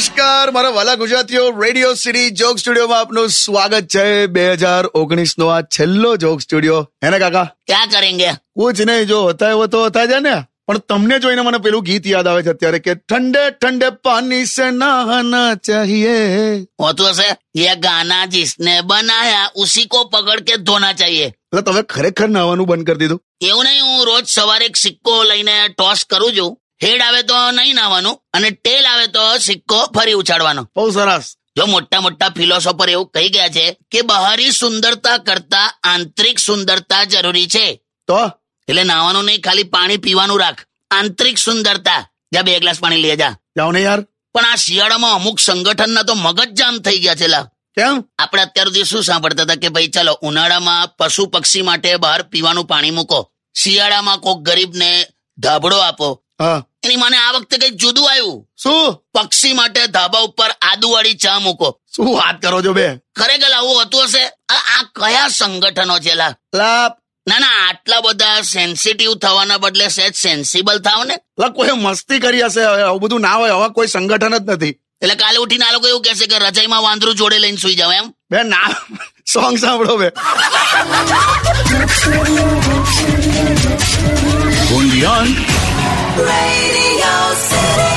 મારા વાલા ગુજરાતીઓ રેડિયો સિટી જોક સ્ટુડિયોમાં આપનું સ્વાગત છે બે હજાર ઓગણીસ નો આ છેલ્લો જોક સ્ટુડિયો હે ને કાકા क्या करेंगे કુછ નહીં જો હતા એવો તો હતા જ ને પણ તમને જોઈને મને પેલું ગીત યાદ આવે છે અત્યારે કે ઠંડે ઠંડે પાણી સે નહાના ચાહીએ वो तो ऐसे ये गाना जिसने बनाया उसी को पकड़ के धोना चाहिए એટલે તમે ખરેખર નહાવાનું બંધ કરી દીધું એવું નહીં હું રોજ સવારે એક સિક્કો લઈને ટોસ કરું છું હેડ આવે તો નહીં નાવાનું અને ટેલ આવે તો સિક્કો ફરી ઉછાળવાનો બહુ સરસ જો મોટા મોટા ફિલોસોફર એવું કહી ગયા છે કે બહારી સુંદરતા કરતા આંતરિક સુંદરતા જરૂરી છે તો એટલે નાવાનું નહીં ખાલી પાણી પીવાનું રાખ આંતરિક સુંદરતા જા બે ગ્લાસ પાણી લઈ જા જાઓ ને યાર પણ આ શિયાળામાં અમુક સંગઠનના તો મગજ જામ થઈ ગયા છે લા કેમ આપણે અત્યાર સુધી શું સાંભળતા હતા કે ભાઈ ચાલો ઉનાળામાં પશુ પક્ષી માટે બહાર પીવાનું પાણી મૂકો શિયાળામાં કોક ગરીબને ધાબળો આપો હા એની માને આ વખતે કઈ જુદું આવ્યું શું પક્ષી માટે ધાબા ઉપર આદુવાળી ચા મૂકો શું વાત કરો છો બે ખરેખર આવું હતું હશે આ આ કયા સંગઠનો છે લા લા ના ના આટલા બધા સેન્સિટિવ થવાના બદલે સહેજ સેન્સિબલ થાવ ને લા કોઈ મસ્તી કરી હશે હવે આવું બધું ના હોય હવે કોઈ સંગઠન જ નથી એટલે કાલે ઉઠીને આ લોકો એવું કહેશે કે રજાઈમાં વાંદરું જોડે લઈને સુઈ જાવ એમ બે ના સોંગ સાંભળો બે Radio City.